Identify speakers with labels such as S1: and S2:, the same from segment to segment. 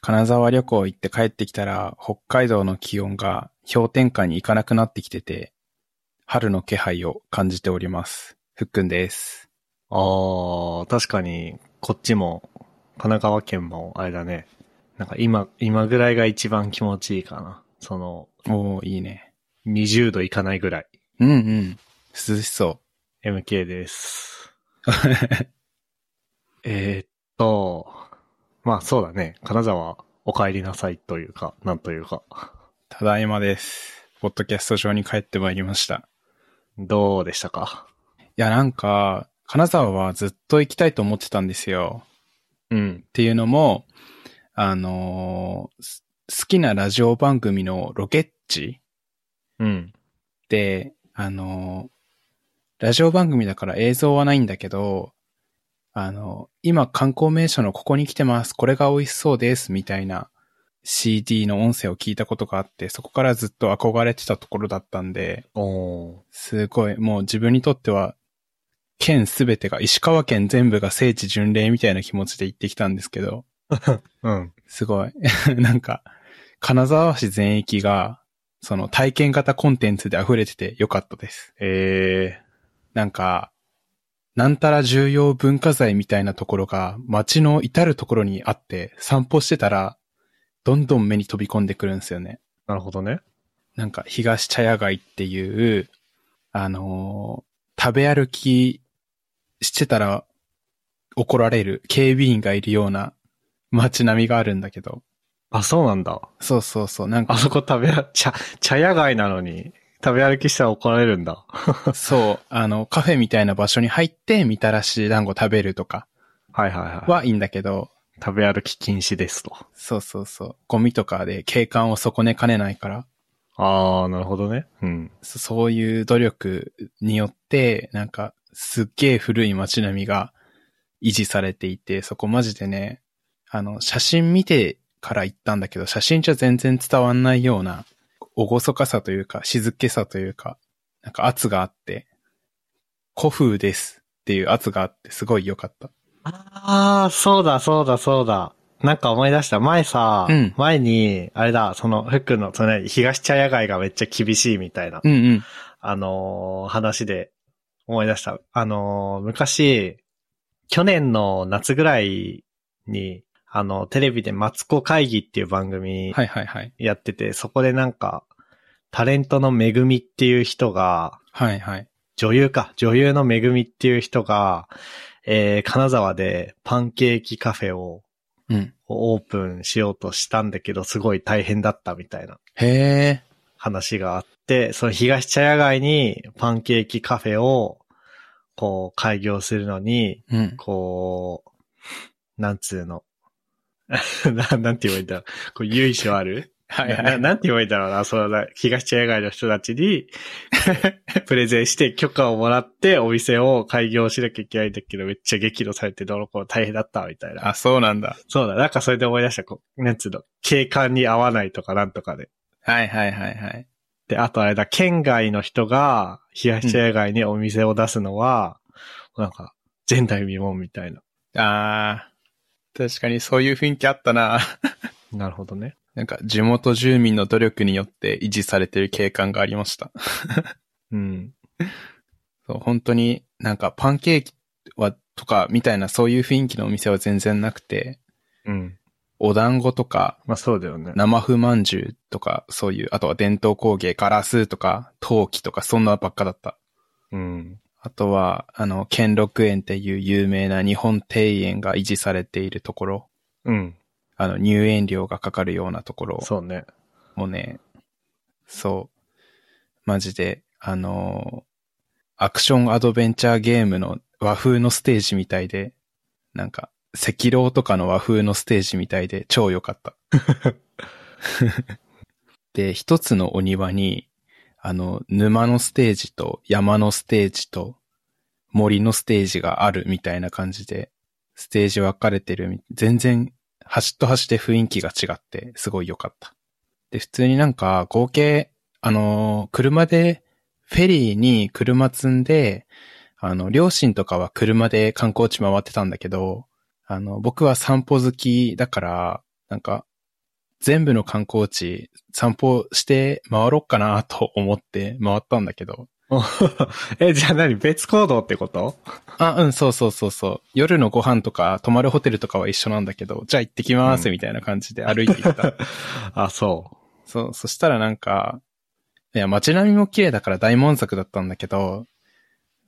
S1: 金沢旅行行って帰ってきたら、北海道の気温が氷点下に行かなくなってきてて、春の気配を感じております。ふっくんです。
S2: ああ、確かに、こっちも、神奈川県も、あれだね。なんか今、今ぐらいが一番気持ちいいかな。その、
S1: おー、いいね。
S2: 20度いかないぐらい。
S1: うんうん。涼しそ
S2: MK です。
S1: う。
S2: えーっと、まあそうだね。金沢、お帰りなさいというか、なんというか。
S1: ただいまです。ポッドキャスト上に帰ってまいりました。
S2: どうでしたか
S1: いや、なんか、金沢はずっと行きたいと思ってたんですよ。
S2: うん
S1: っ。ていうのも、あのーす好きなラジオ番組のロケッチ
S2: うん。
S1: って、あのーラジオ番組だから映像はないんだけど、あの今観光名所のここに来てます、これが美味しそうです、みたいな CD の音声を聞いたことがあって、そこからずっと憧れてたところだったんで、
S2: おー。
S1: すごい、もう自分にとっては、県すべてが、石川県全部が聖地巡礼みたいな気持ちで行ってきたんですけど、
S2: うん。
S1: すごい。 なんか、金沢市全域が、その体験型コンテンツで溢れててよかったです。
S2: え
S1: なんか、なんたら重要文化財みたいなところが街の至るところにあって散歩してたら、どんどん目に飛び込んでくるんですよね。
S2: ー、なるほどね。
S1: なんか東茶屋街っていう、あのー食べ歩きしてたら怒られる警備員がいるような街並みがあるんだけど。
S2: あ、そうなんだ。
S1: そうそうそう、なん
S2: あ
S1: か、
S2: そこ食べあ、茶、茶屋街なのに、食べ歩きしたら怒られるんだ。
S1: そう、あの、カフェみたいな場所に入ってみたらし団子食べるとか
S2: はいはいはい。
S1: はいいんだけど、
S2: 食べ歩き禁止ですと。
S1: そうそうそう、ゴミとかで景観を損ねかねないから、
S2: ああ、なるほどね。うん。
S1: そそういう努力によって、なんか、すっげえ古い街並みが維持されていて、そこマジでね、あの、写真見てから行ったんだけど、写真じゃ全然伝わんないような、厳かさというか、静けさというか、なんか圧があって、古風ですっていう圧があって、すごい良かった。
S2: ああ、そうだそうだそうだ。なんか思い出した。前さ、
S1: うん
S2: 前に、あれだ、その、ふっくんの、そのね、東茶屋街がめっちゃ厳しいみたいな、
S1: うんうん。
S2: あのー話で思い出した。あのー昔、去年の夏ぐらいに、あの、テレビでマツコ会議っていう番組
S1: はいはいはい。
S2: やってて、そこでなんか、タレントのめぐみっていう人が、
S1: はいはい。
S2: 女優か、女優のめぐみっていう人が、えー、金沢でパンケーキカフェを
S1: うん。
S2: オープンしようとしたんだけど、すごい大変だったみたいな
S1: へえ。
S2: 話があって、その東茶屋街にパンケーキカフェを、こう、開業するのに、
S1: うん。
S2: こう、なんつうの。 ななんて言えばいいんだろう。こう、由緒ある
S1: はい
S2: な
S1: は。
S2: ないなんて言えばいいんだろうな、そうだ、東茶屋街の人たちに、 プレゼンして許可をもらってお店を開業しなきゃいけないんだけど、めっちゃ激怒されてどの子大変だった、みたいな。
S1: あ、そうなんだ。
S2: そうだ、なんかそれで思い出した、こう、なんつうの、景観に合わないとかなんとかで。
S1: はいはいはいはい。
S2: で、あとあれだ、県外の人が、東茶屋街にお店を出すのは、なんか、前代未聞みたいな。
S1: あー、確かにそういう雰囲気あったな。
S2: なるほどね。
S1: なんか地元住民の努力によって維持されてる景観がありました。
S2: うん。
S1: そう本当になんかパンケーキはとかみたいなそういう雰囲気のお店は全然なくて、
S2: うん。
S1: お団子とか
S2: まあそうだよね。
S1: 生麩まんじゅうとかそういう、あとは伝統工芸ガラスとか陶器とかそんなばっかだった。
S2: うん。
S1: あとは、あの、兼六園っていう有名な日本庭園が維持されているところ、
S2: うん。
S1: あの、入園料がかかるようなところ。
S2: そうね。
S1: もうね、そう、マジで、あのーアクションアドベンチャーゲームの和風のステージみたいで、なんか、赤狼とかの和風のステージみたいで超良かった。で、一つのお庭に、あの、沼のステージと山のステージと森のステージがあるみたいな感じで、ステージ分かれてるみ、全然端と端で雰囲気が違って、すごい良かった。で、普通になんか、合計、あのー車で、フェリーに車積んで、あの、両親とかは車で観光地回ってたんだけど、あの、僕は散歩好きだから、なんか、全部の観光地散歩して回ろっかなと思って回ったんだけど。
S2: え、じゃあ何別行動ってこと
S1: あ、うん、そうそうそうそう。夜のご飯とか泊まるホテルとかは一緒なんだけど、じゃあ行ってきま
S2: う
S1: すみたいな感じで歩いて行った。
S2: あ、そ
S1: そう、そしたらなんか、いや、街並みも綺麗だから大満足だったんだけど、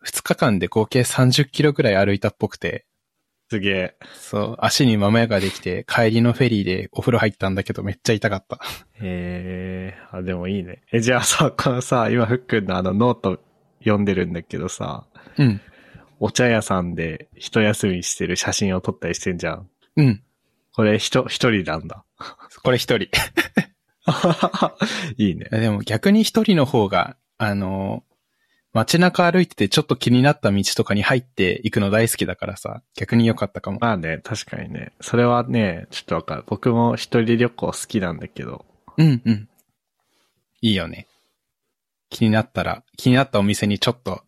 S1: 2日間で合計30キロぐらい歩いたっぽくて、
S2: う。すげえ。
S1: そう、足にままやができて、帰りのフェリーでお風呂入ったんだけど、めっちゃ痛かった。
S2: えー、あ、でもいいね。え、じゃあさ、 このさ、今、ふっくんのあのノート読んでるんだけどさ、
S1: うん。
S2: お茶屋さんで一休みしてる写真を撮ったりしてんじゃん。
S1: うん。
S2: これ、ひと、一人なんだ。
S1: これ一人。
S2: いいね。
S1: でも逆に一人の方が、あの、街中歩いててちょっと気になった道とかに入っていくの大好きだからさ、逆に良かったかも。
S2: まあね、確かにね。それはね、ちょっとわかる。僕も一人旅行好きなんだけど。
S1: うんうん。いいよね。気になったら、気になったお店にちょっと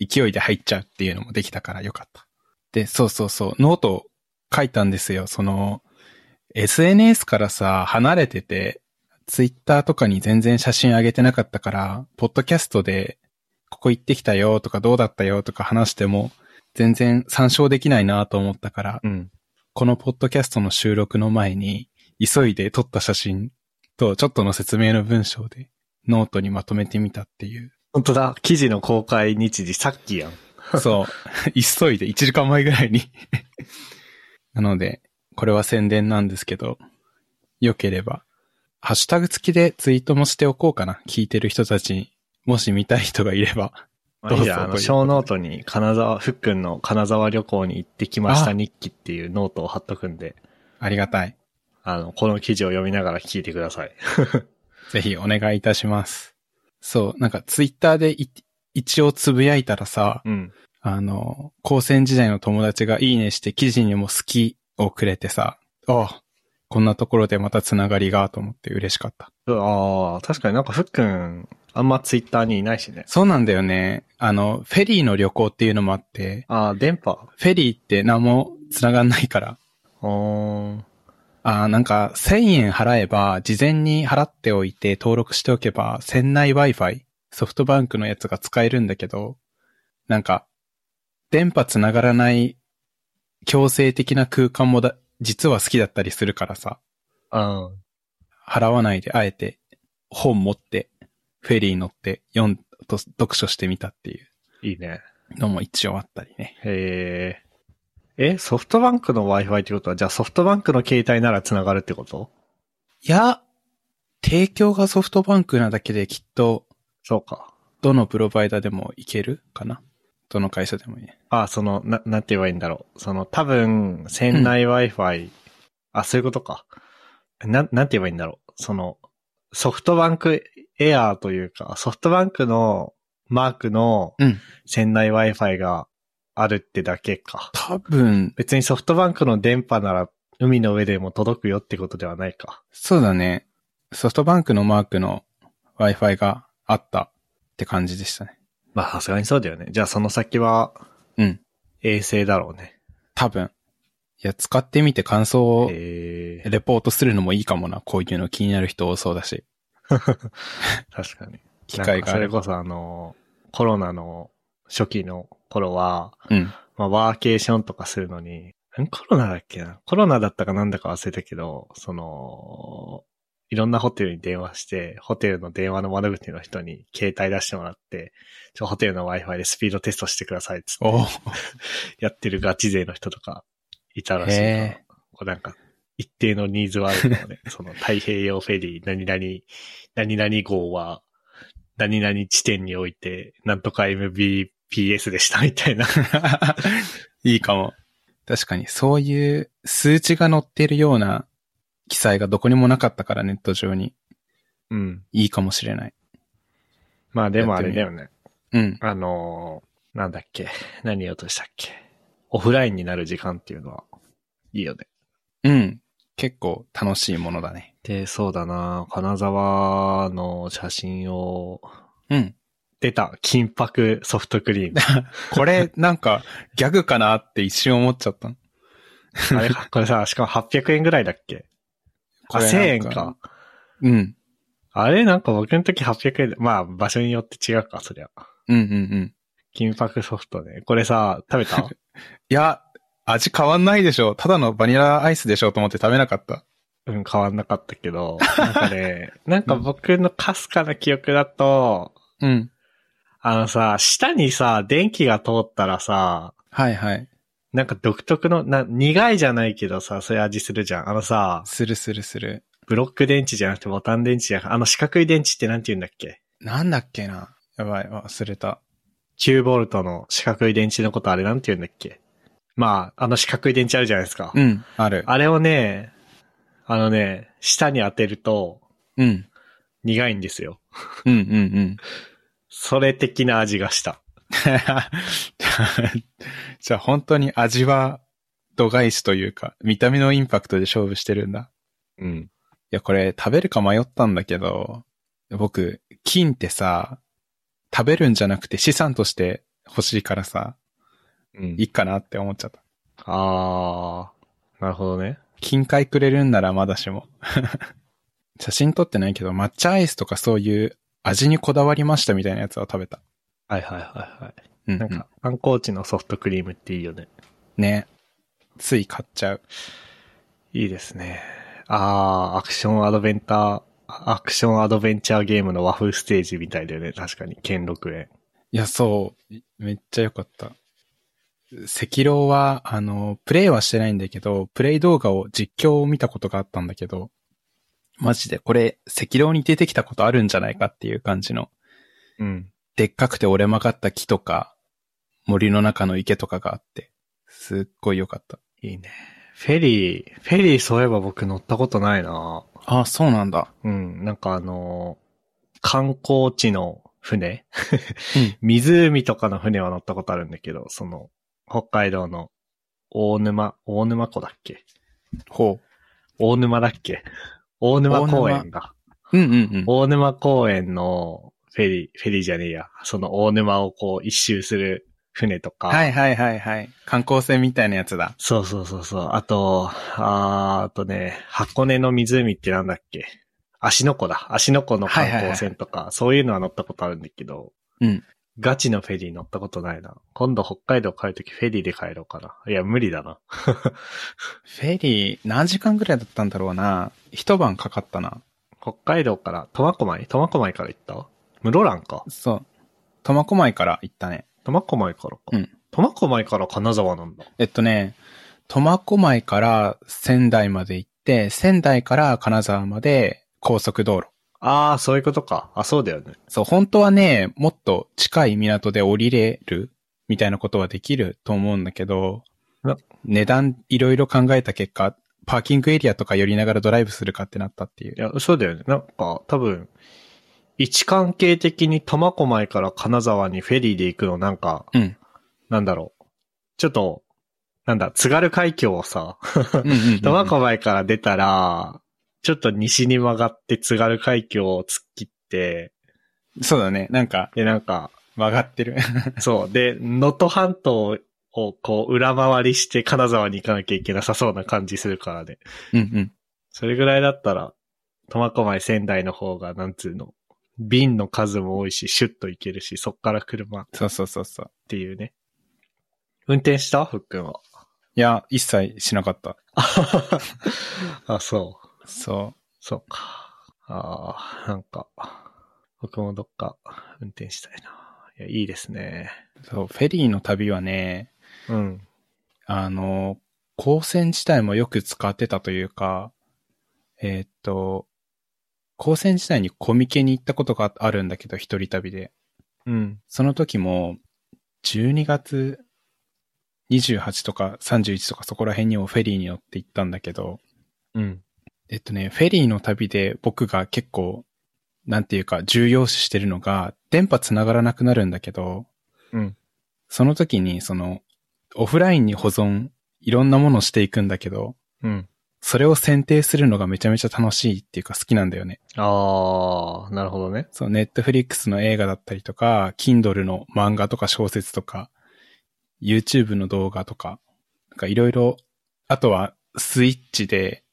S1: 勢いで入っちゃうっていうのもできたからよかった。で、そうそうそう、ノートを書いたんですよ。その、SNS からさ、離れてて、ツイッターとかに全然写真上げてなかったから、ポッドキャストで、ここ行ってきたよとかどうだったよとか話しても、全然参照できないなと思ったから、
S2: うん。
S1: このポッドキャストの収録の前に、急いで撮った写真とちょっとの説明の文章でノートにまとめてみたっていう。
S2: 本当だ。記事の公開日時さっきやん。
S1: そう。急いで1時間前ぐらいに。 なので、これは宣伝なんですけど、良ければ、ハッシュタグ付きでツイートもしておこうかな。聞いてる人たちに、もし見たい人がいれば。
S2: まあいいや、
S1: どうぞ
S2: あ
S1: と
S2: の、
S1: いう
S2: 小ノートに金沢、ふっくんの金沢旅行に行ってきました
S1: あ
S2: 日記っていうノートを貼っとくんで、
S1: ありがたい。
S2: あの、この記事を読みながら聞いてください。
S1: ぜひお願いいたします。そう、なんかツイッターでい一応つぶやいたらさ、
S2: うん。
S1: あの、高専時代の友達がいいねして記事にも好きをくれてさ、ああ、こんなところでまたつながりがと思って嬉しかった。
S2: ああ、確かになんかふっくん、あんまツイッターにいないしね。
S1: そうなんだよね。あの、フェリーの旅行っていうのもあって、
S2: ああ、電波
S1: フェリーって何もつながんないから、
S2: うーん。
S1: ああ、なんか1000円払えば、事前に払っておいて登録しておけば、船内 Wi-Fi、ソフトバンクのやつが使えるんだけど、なんか、電波つながらない強制的な空間もだ、実は好きだったりするからさ、
S2: うん。
S1: 払わないであえて本持って、フェリー乗って読ん、と読書してみたっていう
S2: いいね。
S1: のも一応あったりね。
S2: へえ。え、ソフトバンクの Wi-Fi ってことは、じゃあソフトバンクの携帯なら繋がるってこと
S1: いや、提供がソフトバンクなだけできっと、
S2: そうか。
S1: どのプロバイダーでもいけるかなどの会社でもいいね。
S2: ああ、その、な、なんて言えばいいんだろう。その、多分、船内 Wi-Fi、あ、そういうことか。なん、なんて言えばいいんだろう。その、ソフトバンクエアーというか、ソフトバンクのマークの
S1: うん。
S2: 船内 Wi-Fi があるってだけか。
S1: 多分、
S2: 別にソフトバンクの電波なら海の上でも届くよってことではないか。
S1: そうだね。ソフトバンクのマークの Wi-Fi があったって感じでしたね。
S2: まあ、さすがにそうだよね。じゃあ、その先は
S1: うん。
S2: 衛星だろうね。
S1: 多分。いや、使ってみて感想を
S2: へえ
S1: レポートするのもいいかもな。こういうの気になる人多そうだし。
S2: 確かに。
S1: 機会
S2: なんか
S1: があ
S2: それ
S1: れば。
S2: こそあの、コロナの初期の頃は、
S1: うん。
S2: まあ、ワーケーションとかするのに、んコロナだっけなコロナだったかなんだか忘れたけど、その、いろんなホテルに電話して、ホテルの電話の窓口の人に携帯出してもらって、ちょホテルの Wi-Fi でスピードテストしてくださいっつって
S1: おお。
S2: やってるガチ勢の人とかいたらし
S1: へ
S2: いな
S1: え。
S2: こうなんか、一定のニーズはある のね。その太平洋フェリー、何々、何々号は、何々地点において、なんとか MBPS でしたみたいな。
S1: いいかも。確かに、そういう数値が載ってるような記載がどこにもなかったから、ネット上に。
S2: うん。
S1: いいかもしれない。
S2: まあでもあれだよね。
S1: うん。
S2: あのーなんだっけ。何言おうとしたっけ。オフラインになる時間っていうのは、いいよね。
S1: うん。結構楽しいものだね。
S2: で、そうだな金沢の写真を、
S1: うん。
S2: 出た、金箔ソフトク リーム。
S1: これ、なんか、ギャグかなって一瞬思っちゃったの。
S2: あれか、これさ、しかも800円ぐらいだっけ
S1: こ
S2: あ、
S1: れなん
S2: 1000
S1: か
S2: 円か。
S1: うん。
S2: あれなんか僕の時800円で、まあ場所によって違うか、そりゃ。
S1: うんうんうん。
S2: 金箔ソフトね。これさ、食べた
S1: いや、味変わんないでしょ。ただのバニラアイスでしょと思って食べなかった。
S2: うん、変わんなかったけど。なんかね、なんか僕のかすかな記憶だと、
S1: うん。
S2: あのさ、下にさ、電気が通ったらさ、
S1: はいはい。
S2: なんか独特の、な、苦いじゃないけどさ、そういう味するじゃん。あのさ、
S1: するするする。
S2: ブロック電池じゃなくてボタン電池じゃなくて、あの四角い電池ってなんて言うんだっけ
S1: なんだっけな。やばい、忘れた。
S2: 9ボルトの四角い電池のことあれなんて言うんだっけまあ、あの四角い電池あるじゃないですか。
S1: うん、ある。
S2: あれをね、あのね、舌に当てると
S1: うん。
S2: 苦いんですよ。
S1: うんうんうん。
S2: それ的な味がした。
S1: じゃあ本当に味は度外視というか、見た目のインパクトで勝負してるんだ。
S2: うん。
S1: いや、これ食べるか迷ったんだけど、僕、金ってさ、食べるんじゃなくて資産として欲しいからさ、
S2: うん
S1: いいかなって思っちゃった。
S2: あー、なるほどね。
S1: 金塊くれるんならまだしも。 写真撮ってないけど、抹茶アイスとかそういう味にこだわりましたみたいなやつは食べた。
S2: はいはいはいはい。
S1: うん、
S2: なんか、観光地のソフトクリームっていいよね。
S1: うんね。つい買っちゃう。
S2: いいですね。あー、アクションアドベンター、アクションアドベンチャーゲームの和風ステージみたいだよね。確かに。兼六園。
S1: いや、そう。めっちゃ良かった。赤狼は、あの、プレイはしてないんだけど、プレイ動画を実況を見たことがあったんだけど、マジでこれ、赤狼に出てきたことあるんじゃないかっていう感じの、
S2: うん。
S1: でっかくて折れ曲がった木とか、森の中の池とかがあって、すっごい良かった。
S2: いいね。フェリー、フェリーそういえば僕乗ったことないな
S1: ああ、そうなんだ。
S2: うん、なんかあのー観光地の船、
S1: うん
S2: 湖とかの船は乗ったことあるんだけど、その、北海道の大沼、大沼湖だっけ
S1: ほ
S2: 大沼だっけ大沼公園だ。
S1: う。うんうんうん。
S2: 大沼公園のフェリー、フェリーじゃねえや。その大沼をこう一周する船とか。
S1: はいはいはいはい。観光船みたいなやつだ。
S2: そうそうそうそう。あと、あーあとね、箱根の湖ってなんだっけ足の湖だ。足の湖の観光船とか、そういうのは乗ったことあるんだけど。
S1: うん。
S2: ガチのフェリー乗ったことないな。今度北海道帰るときフェリーで帰ろうかな。いや、無理だな。
S1: フェリー、何時間ぐらいだったんだろうな。一晩かかったな。
S2: 北海道から、苫小牧苫小牧から行った室蘭か。
S1: そう。苫小牧から行ったね。
S2: 苫小牧からか。
S1: うん
S2: 苫小牧から金沢なんだ。
S1: えっとね、苫小牧から仙台まで行って、仙台から金沢まで高速道路。
S2: ああ、そういうことか。あ、そうだよね。
S1: そう、本当はね、もっと近い港で降りれるみたいなことはできると思うんだけど
S2: な、
S1: 値段いろいろ考えた結果、パーキングエリアとか寄りながらドライブするかってなったっていう
S2: い。や、そうだよね。なんか、多分、位置関係的に苫小牧から金沢にフェリーで行くの、なんか、
S1: うん。
S2: なんだろう。ちょっと、なんだ、津軽海峡をさ、
S1: うんうんうんうん
S2: 苫小牧から出たら、ちょっと西に曲がって津軽海峡を突っ切って、
S1: そうだね。なんか
S2: で、なんか、
S1: 曲がってる。
S2: そう、で、能登半島をこう裏回りして金沢に行かなきゃいけなさそうな感じするからね。
S1: うんうん。
S2: それぐらいだったら、苫小牧仙台の方が、なんつうの、便の数も多いし、シュッと行けるし、そっから車っ
S1: そうそうそうそう。
S2: ていうね。運転したふっくんは。
S1: いや、一切しなかった。
S2: あ、そう。
S1: そう。
S2: そうか。ああ、なんか、僕もどっか運転したいな。いや、いいですね。
S1: そう、フェリーの旅はね、
S2: うん。
S1: あの、高専自体もよく使ってたというか、えーっと、高専自体にコミケに行ったことがあるんだけど、一人旅で。
S2: うん。
S1: その時も、12月28とか31とかそこら辺にもフェリーに乗って行ったんだけど、
S2: うん。
S1: えっとね、フェリーの旅で僕が結構、なんていうか重要視してるのが、電波繋がらなくなるんだけど、
S2: うん。
S1: その時にその、オフラインに保存、いろんなものをしていくんだけど、
S2: うん。
S1: それを選定するのがめちゃめちゃ楽しいっていうか好きなんだよね。
S2: ああ、なるほどね。
S1: そう、ネットフリックスの映画だったりとか、Kindle の漫画とか小説とか、YouTube の動画とか、なんかいろいろ、あとはスイッチで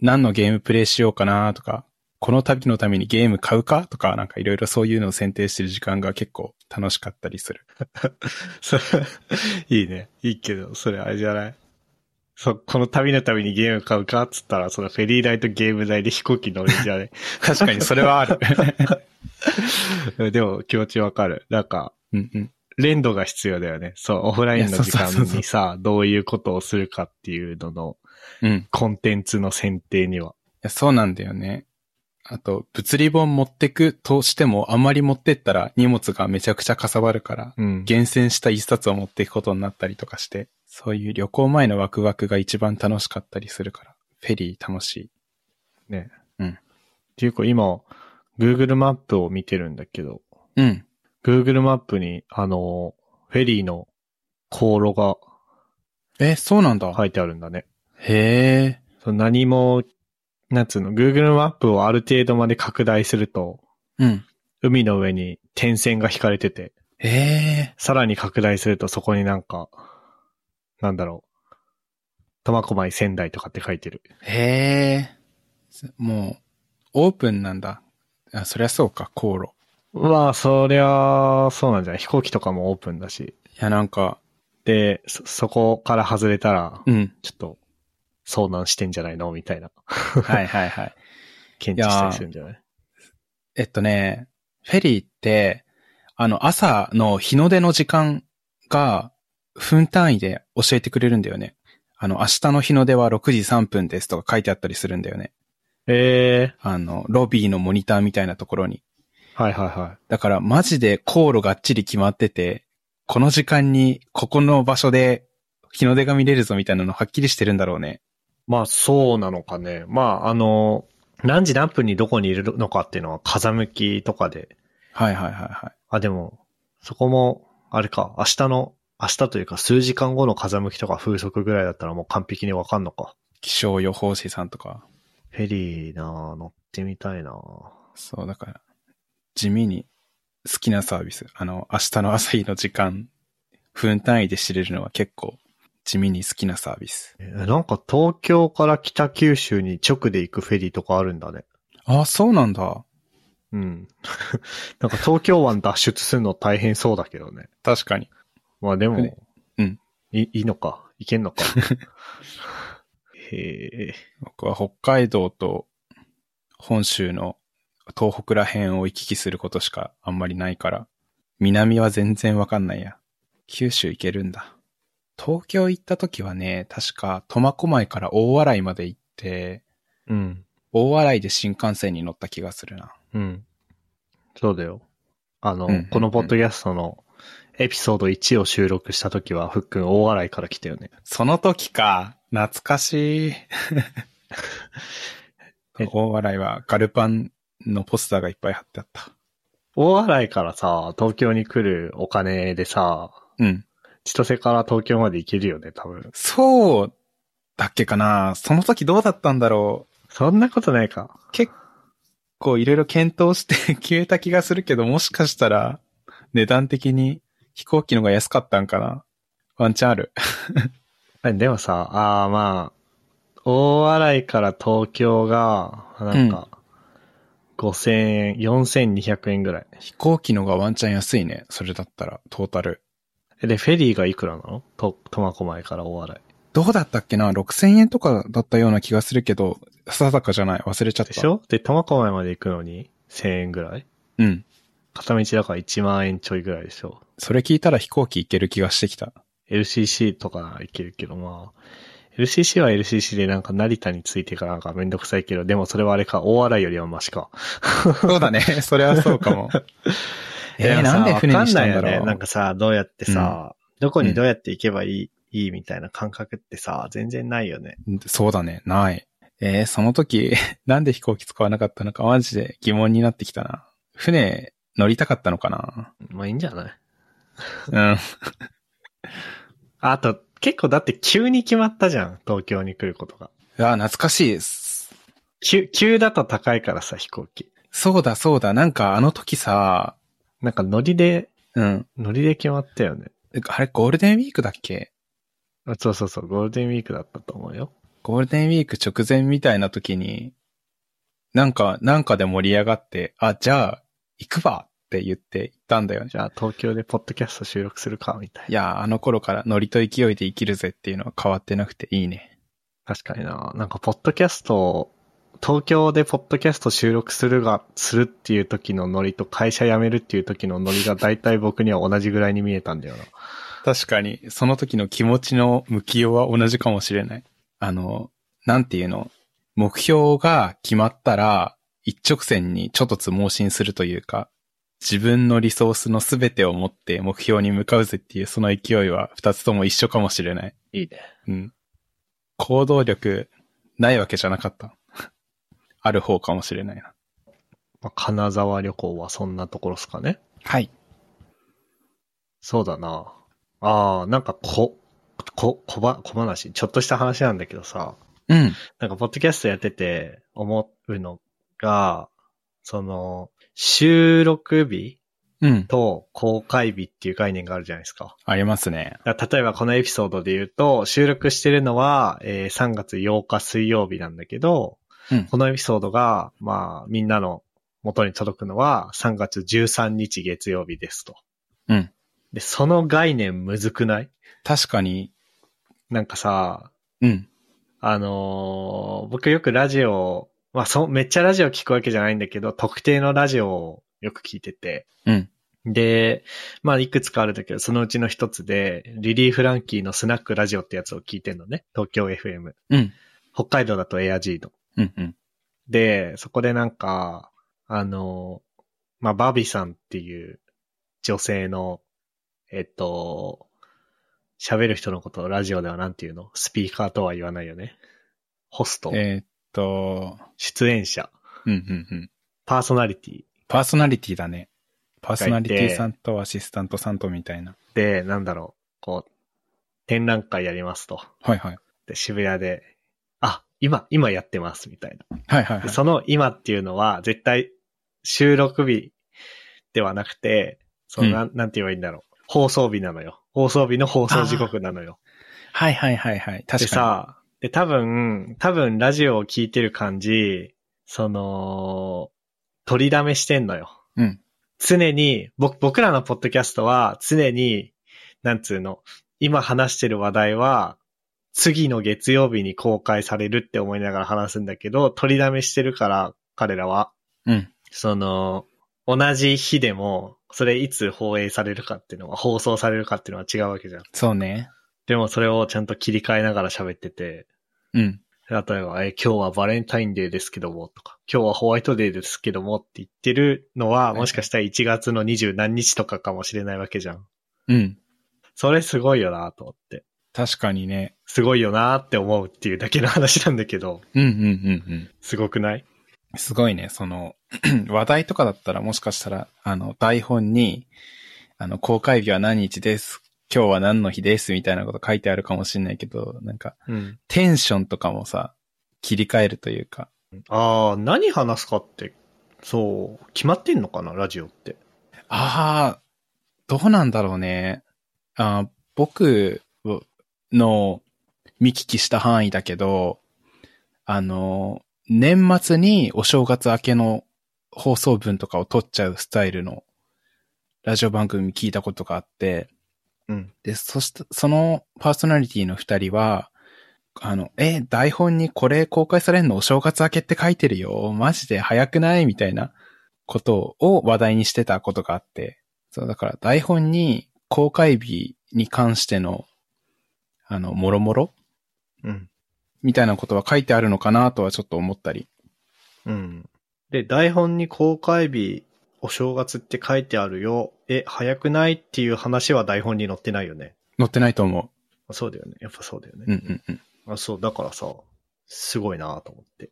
S1: 何のゲームプレイしようかなとか、この旅のためにゲーム買うかとか、なんかいろいろそういうのを選定してる時間が結構楽しかったりする。
S2: それ、いいね。いいけど、それあれじゃないそ、この旅のためにゲーム買うかっつったら、そのフェリー代とゲーム代で飛行機乗るんじゃ ね
S1: 確かにそれはある。
S2: でも気持ちわかる。なんか、
S1: うんうん。
S2: 連動が必要だよね。そう、オフラインの時間
S1: いやそうそうそう
S2: にさ、どういうことをするかっていうのの、
S1: うん。
S2: コンテンツの選定には。
S1: いや、そうなんだよね。あと、物理本持ってくとしても、あんまり持ってったら荷物がめちゃくちゃかさばるから、
S2: うん。
S1: 厳選した一冊を持っていくことになったりとかして、そういう旅行前のワクワクが一番楽しかったりするから、フェリー楽しい。
S2: ね。
S1: うん。
S2: ていうか今、Google マップを見てるんだけど、
S1: うん。
S2: Google マップに、あの、フェリーの航路が
S1: え、そうなんだ。
S2: 書いてあるんだね。
S1: へえ。
S2: その何も、なんつうの、Google マップをある程度まで拡大すると、
S1: うん。
S2: 海の上に点線が引かれてて、
S1: へえ。
S2: さらに拡大するとそこになんか、なんだろう。苫小牧仙台とかって書いてる。
S1: へえ。もう、オープンなんだ。あ、そりゃそうか、航路。
S2: まあ、そりゃ、そうなんじゃない飛行機とかもオープンだし。
S1: いや、なんか、
S2: で、そ、そこから外れたら、
S1: うん。
S2: ちょっと、遭難してんじゃないのみたいな。
S1: はいはいはい。
S2: 検知したりするんじゃない
S1: えっとね、フェリーって、あの、朝の日の出の時間が、分単位で教えてくれるんだよね。あの、明日の日の出は6時3分ですとか書いてあったりするんだよね。
S2: ええ
S1: あの、ロビーのモニターみたいなところに。
S2: はいはいは
S1: だから、マジで航路がっちり決まってて、この時間に、ここの場所で、日の出が見れるぞみたいなのはっきりしてるんだろうね。
S2: い。まあ、そうなのかね。まあ、あの、何時何分にどこにいるのかっていうのは風向きとかで。
S1: はいはいはいはい。
S2: あ、でも、そこも、あれか、明日の、明日というか数時間後の風向きとか風速ぐらいだったらもう完璧にわかんのか。
S1: 気象予報士さんとか。
S2: フェリーなあ乗ってみたいなあ
S1: そう、だから、地味に好きなサービス。あの、明日の朝日の時間、分単位で知れるのは結構、地味に好きなサービス。
S2: えなんか東京から北九州に直で行くフェリーとかあるんだね。
S1: あ、そうなんだ。
S2: うん。 なんか東京湾脱出するの大変そうだけどね。
S1: 確かに。
S2: まあでも、
S1: うん。
S2: い、いいのかいけん のかへえ。
S1: 僕は北海道と本州の東北ら辺を行き来することしかあんまりないから、南は全然わかんないや。九州行けるんだ。東京行った時はね、確か苫小牧から大洗まで行って、
S2: うん。
S1: 大洗で新幹線に乗った気がするな。
S2: うん。そうだよ。あの、
S1: うんうんうん
S2: このポッドキャストのエピソード1を収録した時は、ふっくん大洗から来たよね。
S1: その時か。懐かし い。
S2: え
S1: 大笑いはガルパンのポスターがいっぱい貼ってあった。
S2: 大洗からさ、東京に来るお金でさ、
S1: うん。
S2: 千歳から東京まで行けるよね、多分。
S1: そうだっけかなその時どうだったんだろう
S2: そんなことないか。
S1: こういろいろ検討して 消えた気がするけど、もしかしたら値段的に飛行機の方が安かったんかなワンチャンある。
S2: えでもさ、ああまあ、大洗から東京が、なんか、5000円、4200円ぐらい。
S1: 飛行機の方がワンチャン安いね。それだったら、トータル。
S2: えで、フェリーがいくらなのと、苫小牧から大洗。
S1: どうだったっけな ?6000 円とかだったような気がするけど、定かじゃない。忘れちゃった。
S2: でしょで、苫小牧まで行くのに1000円ぐらい
S1: うん。
S2: 片道だから1万円ちょいぐらいでしょ。
S1: それ聞いたら飛行機行ける気がしてきた。
S2: LCC とかなら行けるけど、まあ。LCC は LCC でなんか成田についてかなんかめんどくさいけど、でもそれはあれか、大洗よりはマシか。
S1: そう だね。それはそうかも。 え
S2: で
S1: ー
S2: もさ
S1: なんで船にしたんだろ
S2: わかんな
S1: う
S2: いよね。なんかさ、どうやってさ、どこにどうやって行けばいい、いいみたいな感覚ってさ、全然ないよね。
S1: そうだね。ない。えーその時、 なんで飛行機使わなかったのかマジで疑問になってきたな。船乗りたかったのか
S2: まあいいんじゃない
S1: なうん。
S2: あと、結構だって急に決まったじゃん、東京に来ることが。
S1: あ、懐かしいです。
S2: 急、急だと高いからさ、飛行機。
S1: そうだそうだ。なんかあの時さ、
S2: なんか乗りで、
S1: うん。
S2: 乗りで決まったよね。
S1: あれゴールデンウィークだっけ
S2: あそうそうそう、ゴールデンウィークだったと思うよ。
S1: ゴールデンウィーク直前みたいな時に、なんか、なんかで盛り上がって、あ、じゃあ、行くわって言って行ったんだよね。
S2: じゃあ東京でポッドキャスト収録するか、みたい
S1: い
S2: な。
S1: やー、あの頃からノリと勢いで生きるぜっていうのは変わってなくていいね。
S2: 確かにな。なんかポッドキャストを、東京でポッドキャスト収録するが、するっていう時のノリと会社辞めるっていう時のノリが大体僕には同じぐらいに見えたんだよな。
S1: 確かに、その時の気持ちの向きようは同じかもしれない。あの、なんていうの目標が決まったら、一直線にちょっとつ盲信するというか、自分のリソースの全てを持って目標に向かうぜっていうその勢いは二つとも一緒かもしれない。
S2: いいね。
S1: うん。行動力ないわけじゃなかった。 ある方かもしれないな。
S2: まあ、金沢旅行はそんなところですかね。
S1: はい。
S2: そうだな。ああ、なんかこ、こ、小ば、小話、ちょっとした話なんだけどさ、
S1: うん。
S2: なんかポッドキャストやってて思うのが、その、収録日
S1: うん。
S2: と公開日っていう概念があるじゃないですか。
S1: ありますね。
S2: だから例えばこのエピソードで言うと、収録してるのは、えー3月8日水曜日なんだけど、
S1: うん
S2: このエピソードが、まあ、みんなの元に届くのは3月13日月曜日ですと。
S1: うん。
S2: で、その概念むずくない
S1: 確かに、
S2: なんかさ、
S1: うん。
S2: あのー僕よくラジオ、まあそ、めっちゃラジオ聞くわけじゃないんだけど、特定のラジオをよく聞いてて。
S1: うん。
S2: で、まあ、いくつかあるんだけど、そのうちの一つで、リリー・フランキーのスナックラジオってやつを聞いてんのね。東京 FM。
S1: うん。
S2: 北海道だとエアジード。
S1: うん。うん。
S2: で、そこでなんか、あの、まあ、バビさんっていう女性の、えっと、喋る人のことをラジオではなんていうのスピーカーとは言わないよね。ホスト、
S1: えーっと、
S2: 出演者、
S1: うん。うん。うん。
S2: パーソナリティ
S1: パーソナリティだね。パーソナリティさんとアシスタントさんとみたいな。
S2: で、なんだろう、こう、展覧会やりますと。
S1: はいはい。
S2: で、渋谷で、あ、今、今やってます、みたいな。
S1: はいはい、は
S2: で
S1: い。
S2: その今っていうのは絶対収録日ではなくて、そのなん、なんて言えばいいんだろう。放送日なのよ。放送日の放送時刻なのよ。
S1: はいはいはいはい。
S2: で
S1: 確か
S2: さ、で多分、多分ラジオを聞いてる感じ、その、取りだめしてんのよ。
S1: に。うん。
S2: 常に、僕、僕らのポッドキャストは常に、なんつうの、今話してる話題は、次の月曜日に公開されるって思いながら話すんだけど、取りだめしてるから、彼らは。
S1: うん。
S2: その、同じ日でも、それいつ放映されるかっていうのは、放送されるかっていうのは違うわけじゃん。
S1: そうね。
S2: でもそれをちゃんと切り替えながら喋ってて、
S1: うん。
S2: 例えば、え、今日はバレンタインデーですけども、とか、今日はホワイトデーですけどもって言ってるの
S1: い
S2: は、
S1: はい
S2: もしかしたら1月の二十何日とかかもしれないわけじゃん。
S1: うん。
S2: それすごいよなと思って。
S1: 確かにね。
S2: すごいよなって思うっていうだけの話なんだけど、
S1: うんうんうんうん。
S2: すごくない
S1: すごいね、その、 話題とかだったらもしかしたら、あの、台本に、あの、公開日は何日です、今日は何の日です、みたいなこと書いてあるかもしれないけど、なんか、
S2: うん。
S1: テンションとかもさ、切り替えるというか。
S2: ああ、何話すかって、そう、決まってんのかな、ラジオって。
S1: ああ、どうなんだろうね。あー僕の見聞きした範囲だけど、あの、年末にお正月明けの放送分とかを撮っちゃうスタイルのラジオ番組聞いたことがあって、
S2: うん。
S1: で、そして、そのパーソナリティの二人は、あの、え、台本にこれ公開されんのお正月明けって書いてるよ。マジで早くないみたいなことを話題にしてたことがあって。そう、だから台本に公開日に関しての、あの、もろもろ
S2: うん。
S1: みたいなことは書いてあるのかなとはちょっと思ったり。
S2: うん。で、台本に公開日、お正月って書いてあるよ。え、早くないっていう話は台本に載ってないよね。
S1: 載ってないと思
S2: そうだよね。やっぱそうだよね。
S1: う。うんうんうん。
S2: あそう、だからさ、すごいなと思って。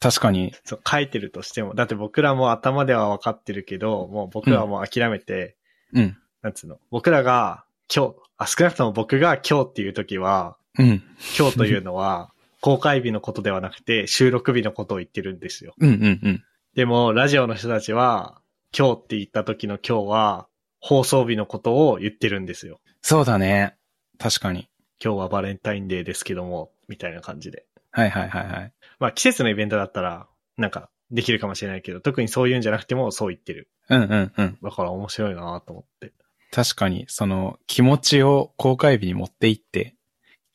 S1: 確かに。
S2: そう、書いてるとしても、だって僕らも頭では分かってるけど、もう僕らはもう諦めて、
S1: うん。
S2: なんつうの、僕らが今日、あ、少なくとも僕が今日っていう時は、
S1: うん。
S2: 今日というのは、公開日のことではなくて、収録日のことを言ってるんですよ。
S1: うんうんうん。
S2: でも、ラジオの人たちは、今日って言った時の今日は、放送日のことを言ってるんですよ。
S1: そうだね。確かに。
S2: 今日はバレンタインデーですけども、みたいな感じで。
S1: はいはいはいはい。
S2: まあ季節のイベントだったら、なんかできるかもしれないけど、特にそういうんじゃなくてもそう言ってる。
S1: うんうんうん。
S2: だから面白いなと思って。
S1: 確かに、その気持ちを公開日に持っていって、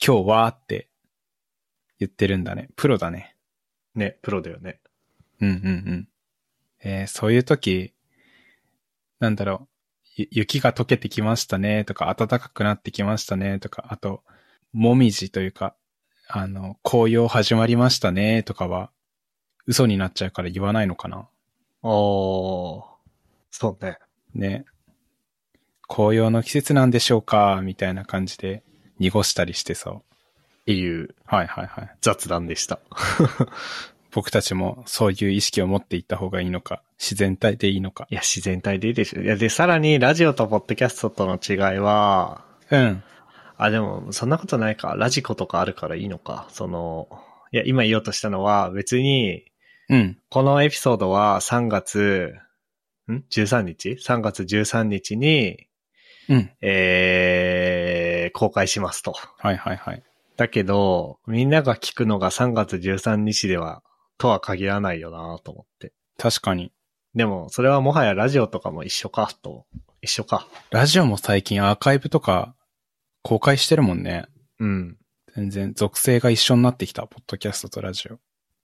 S1: 今日はって言ってるんだね。プロだね。
S2: ね、プロだよね。
S1: うんうんうん。えーそういう時、なんだろう、ゆ雪が溶けてきましたねとか、暖かくなってきましたねとか、あと、もみじというか、あの、紅葉始まりましたねとかは、嘘になっちゃうから言わないのかな
S2: おー。そうね。
S1: ね。紅葉の季節なんでしょうかみたいな感じで濁したりしてそう。
S2: っていう
S1: はいはいはい。
S2: 雑談でした。
S1: 僕たちもそういう意識を持っていった方がいいのか、自然体でいいのか。
S2: いや、自然体でいいでしょ。いや、で、さらに、ラジオとポッドキャストとの違いは、
S1: うん。
S2: あ、でも、そんなことないか。ラジコとかあるからいいのか。その、いや、今言おうとしたのは、別に、
S1: うん。
S2: このエピソードは3月、ん ?13 日 ?3 月13日に、
S1: うん。
S2: えー、公開しますと。
S1: はいはいはい。
S2: だけど、みんなが聞くのが3月13日では、とは限らないよなと思って。
S1: 確かに。
S2: でも、それはもはやラジオとかも一緒か、と。一緒か。
S1: ラジオも最近アーカイブとか公開してるもんね。
S2: うん。
S1: 全然属性が一緒になってきた。ポッドキャストとラジオ。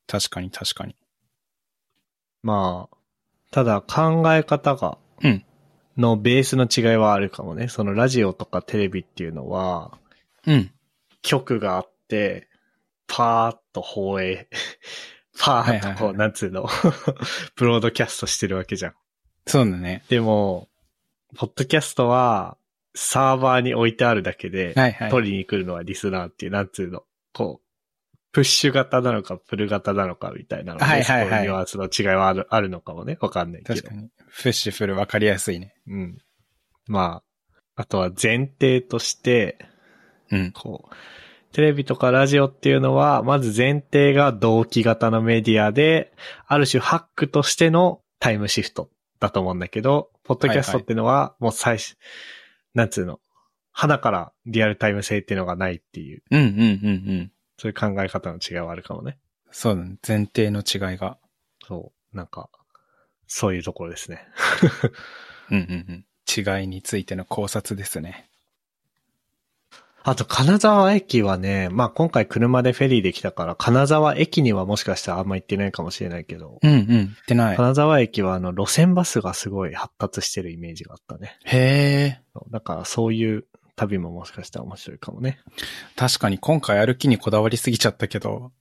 S1: 確かに確かに。
S2: まあ、ただ考え方が、
S1: うん
S2: のベースの違いはあるかもね。そのラジオとかテレビっていうのは、
S1: うん。
S2: 曲があって、パーッと放映、 パーッとこ
S1: はいはいは
S2: う、なんつうの、 ブロードキャストしてるわけじゃん。
S1: そうだね。
S2: でも、ポッドキャストは、サーバーに置いてあるだけで、
S1: はいはい。
S2: 取りに来るのはリスナーっていう、なんつうの、こう、プッシュ型なのか、プル型なのかみたいなので
S1: はいはいはい
S2: そこのニュアンスの違いはあるあるのかもね。わかんないけど。
S1: 確かに。フッシュフル分かりやすいね。
S2: うん。まあ、あとは前提として、
S1: うん。
S2: こう、テレビとかラジオっていうのは、まず前提が同期型のメディアで、ある種ハックとしてのタイムシフトだと思うんだけど、ポッドキャストっていうのは、もう最初、なんつうの、花からリアルタイム性っていうのがないっていう、
S1: うんうんうんうん。
S2: そういう考え方の違いはあるかもね。
S1: そうだね。前提の違いが。
S2: そう、なんか、そういうところですね。
S1: うんうんうん。違いについての考察ですね。
S2: あと、金沢駅はね、まあ今回車でフェリーで来たから、金沢駅にはもしかしたらあんま行ってないかもしれないけど、
S1: うんうん。ってない。
S2: 金沢駅はあの路線バスがすごい発達してるイメージがあったね。
S1: へえ。
S2: だからそういう旅ももしかしたら面白いかもね。
S1: 確かに今回歩きにこだわりすぎちゃったけど、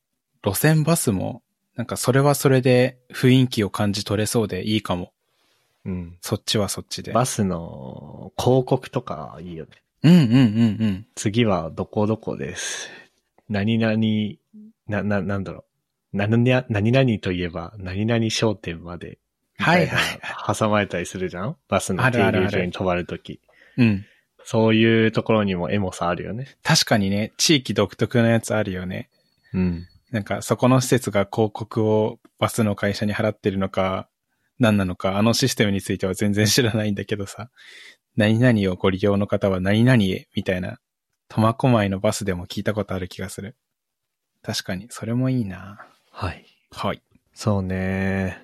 S1: 路線バスも、なんかそれはそれで雰囲気を感じ取れそうでいいかも。
S2: うん。
S1: そっちはそっちで。
S2: バスの広告とかいいよね。
S1: うんうんうんうん。
S2: 次はどこどこです。何々、な、な、なんだろう。何々、何々といえば、何々商店まで。
S1: はい
S2: みた
S1: はいい。
S2: な。挟まれたりするじゃんバスの
S1: あ
S2: 停
S1: るあるあ
S2: 留
S1: る
S2: 所に止まるとき。
S1: うん。
S2: そういうところにもエモさあるよね。
S1: 確かにね、地域独特のやつあるよね。
S2: うん。
S1: なんかそこの施設が広告をバスの会社に払ってるのか、何なのか、あのシステムについては全然知らないんだけどさ、何々をご利用の方は何々へ、みたいな、苫小牧のバスでも聞いたことある気がする。確かに、それもいいな
S2: はい。
S1: はい。
S2: そうね。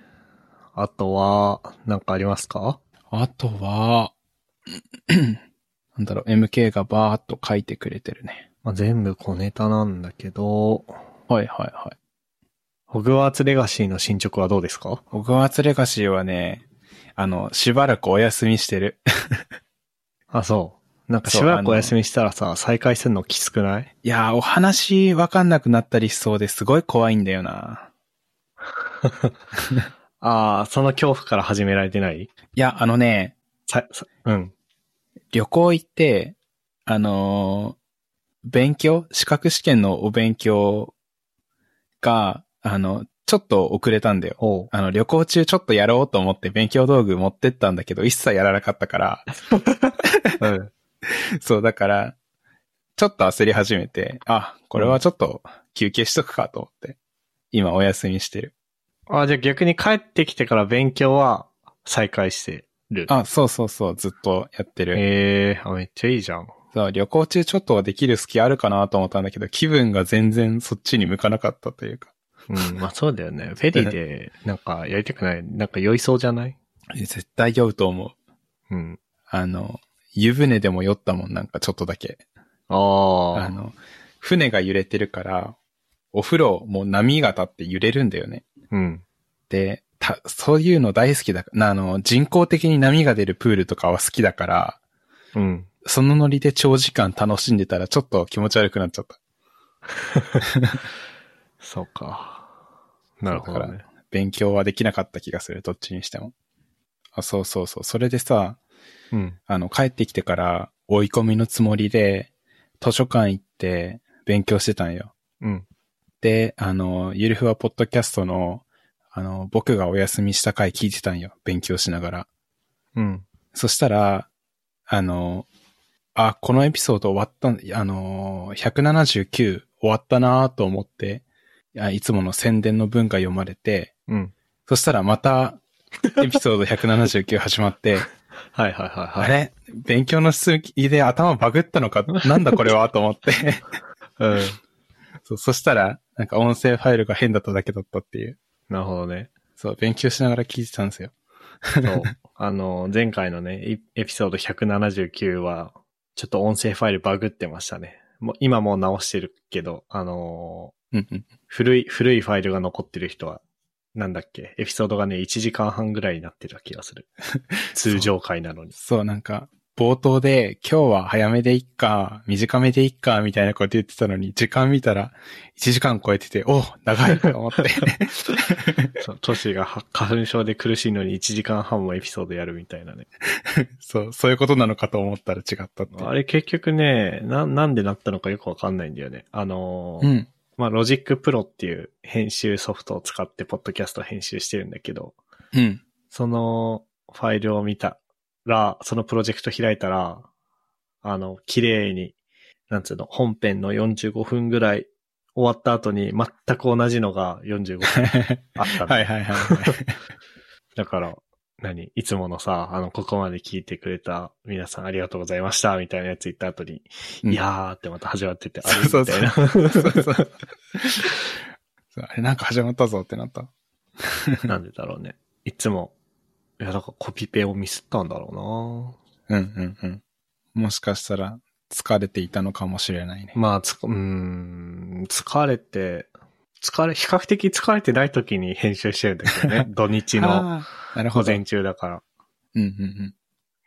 S2: あとは、なんかありますか
S1: あとは、 なんだろう、MK がバーっと書いてくれてるね。
S2: まあ、全部小ネタなんだけど、
S1: はいはいはい。
S2: ホグワーツレガシーの進捗はどうですか
S1: ホグワーツレガシーはね、あの、しばらくお休みしてる。
S2: あ、そう。なんか
S1: そう
S2: しばら
S1: あ
S2: く
S1: の
S2: お休みしたらさ、再開するのきつくない
S1: いやー、お話わかんなくなったりしそうですごい怖いんだよな。
S2: ああ、その恐怖から始められてない
S1: いや、あのね、
S2: さ、さうん。
S1: 旅行行って、あのー勉強資格試験のお勉強が、あの、ちょっと遅れたんだよ。
S2: おう。
S1: あの、旅行中ちょっとやろうと思って勉強道具持ってったんだけど、一切やらなかったから、
S2: うん。
S1: そう、だから、ちょっと焦り始めて、あ、これはちょっと休憩しとくかと思って、今お休みしてる。
S2: あじゃあ逆に帰ってきてから勉強は再開してる。
S1: あ、そうそうそう、ずっとやってる。
S2: ええー、あ、めっちゃいいじゃん。
S1: そう、旅行中ちょっとはできる隙あるかなと思ったんだけど、気分が全然そっちに向かなかったというか。
S2: うん、まあそうだよね。フェリーで、 なんかやりたくない、なんか酔いそうじゃない
S1: え絶対酔うと思う。
S2: うん。
S1: あの、湯船でも酔ったもんなんかちょっとだけ。あ
S2: ああ。
S1: の、船が揺れてるから、お風呂も波が立って揺れるんだよね。
S2: うん。
S1: で、た、そういうの大好きだな、あの、人工的に波が出るプールとかは好きだから、
S2: うん。
S1: そのノリで長時間楽しんでたらちょっと気持ち悪くなっちゃった。
S2: そうか。なるほどね。
S1: 勉強はできなかった気がする、どっちにしても。あ、そうそうそう。それでさ、
S2: うん。
S1: あの、帰ってきてから追い込みのつもりで、図書館行って勉強してたんよ。
S2: うん。
S1: で、あの、ゆるふわポッドキャストの、あの、僕がお休みした回聞いてたんよ。勉強しながら。
S2: うん。
S1: そしたら、あの、あ、このエピソード終わったん、あの、179終わったなぁと思ってあ、いつもの宣伝の文が読まれて、
S2: うん。
S1: そしたらまた、エピソード179始まって、
S2: はいはいはいは
S1: あ
S2: い。
S1: れ勉強の続きで頭バグったのかなんだこれはと思って
S2: うん。
S1: そう。そしたら、なんか音声ファイルが変だっただけだったっていう。
S2: なるほどね。
S1: そう、勉強しながら聞いてたんですよ。
S2: そう。 あの、前回のね、エエピソード179は、ちょっと音声ファイルバグってましたね。もう今もう直してるけど、あの
S1: うんうん。
S2: ー古い、古いファイルが残ってる人は、なんだっけ、エピソードがね、1時間半ぐらいになってた気が する。通常回なのに。
S1: そう、なんか、冒頭で、今日は早めでいっか、短めでいっか、みたいなこと言ってたのに、時間見たら、1時間超えてて、お長い と思って。
S2: そうトシがは花粉症で苦しいのに1時間半もエピソードやるみたいなね。
S1: そう、そういうことなのかと思ったら違ったっていう。
S2: あれ結局ね、な、なんでなったのかよくわかんないんだよね。あのー
S1: うん。
S2: まあ、ロジックプロっていう編集ソフトを使ってポッドキャスト編集してるんだけど、
S1: うん。
S2: そのファイルを見たら、そのプロジェクト開いたら、あの、綺麗に、なんつうの、本編の45分ぐらい終わった後に全く同じのが45分 あったの。
S1: はいはいはい はい。
S2: だから、何いつものさ、あの、ここまで聞いてくれた皆さんありがとうございました、みたいなやつ言った後に、
S1: うん
S2: いやーってまた始まってて、あれ
S1: そう
S2: み
S1: そ
S2: た
S1: う
S2: いな。
S1: そうそうそうそうあれなんか始まったぞってなった。
S2: なんでだろうね。いつも、いや、だからコピペをミスったんだろ
S1: うんうんうん。もしかしたら疲れていたのかもしれないね
S2: う。なまあ、つ、うーん、疲れて、疲れ、比較的疲れてない時に編集してるんだけ どね。土日の
S1: あーなるほ
S2: 午
S1: ど。うん
S2: 前中だから。
S1: うんうん。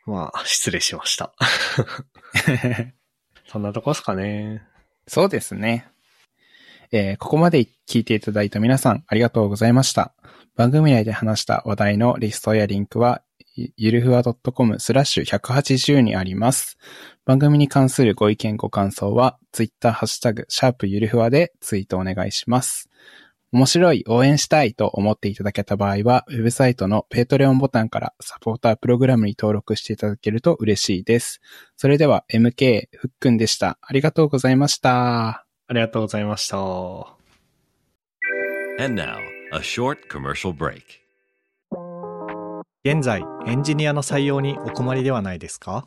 S2: まあ、失礼しました。そんなとこっすかね。
S1: そうですね。えーここまで聞いていただいた皆さん、ありがとうございました。番組内で話した話題のリストやリンクは、ゆゆるふわ .com スラッシュ180にあります。番組に関するご意見ご感想は、ツイッターハッシュタグ、シャープゆるふわでツイートお願いします。面白い、応援したいと思っていただけた場合は、ウェブサイトのペイトレオンボタンからサポータープログラムに登録していただけると嬉しいです。それでは MK ふっくんでした。ありがとうございました。
S2: ありがとうございました。
S3: And now, a short commercial break.
S4: 現在エンジニアの採用にお困りではないですか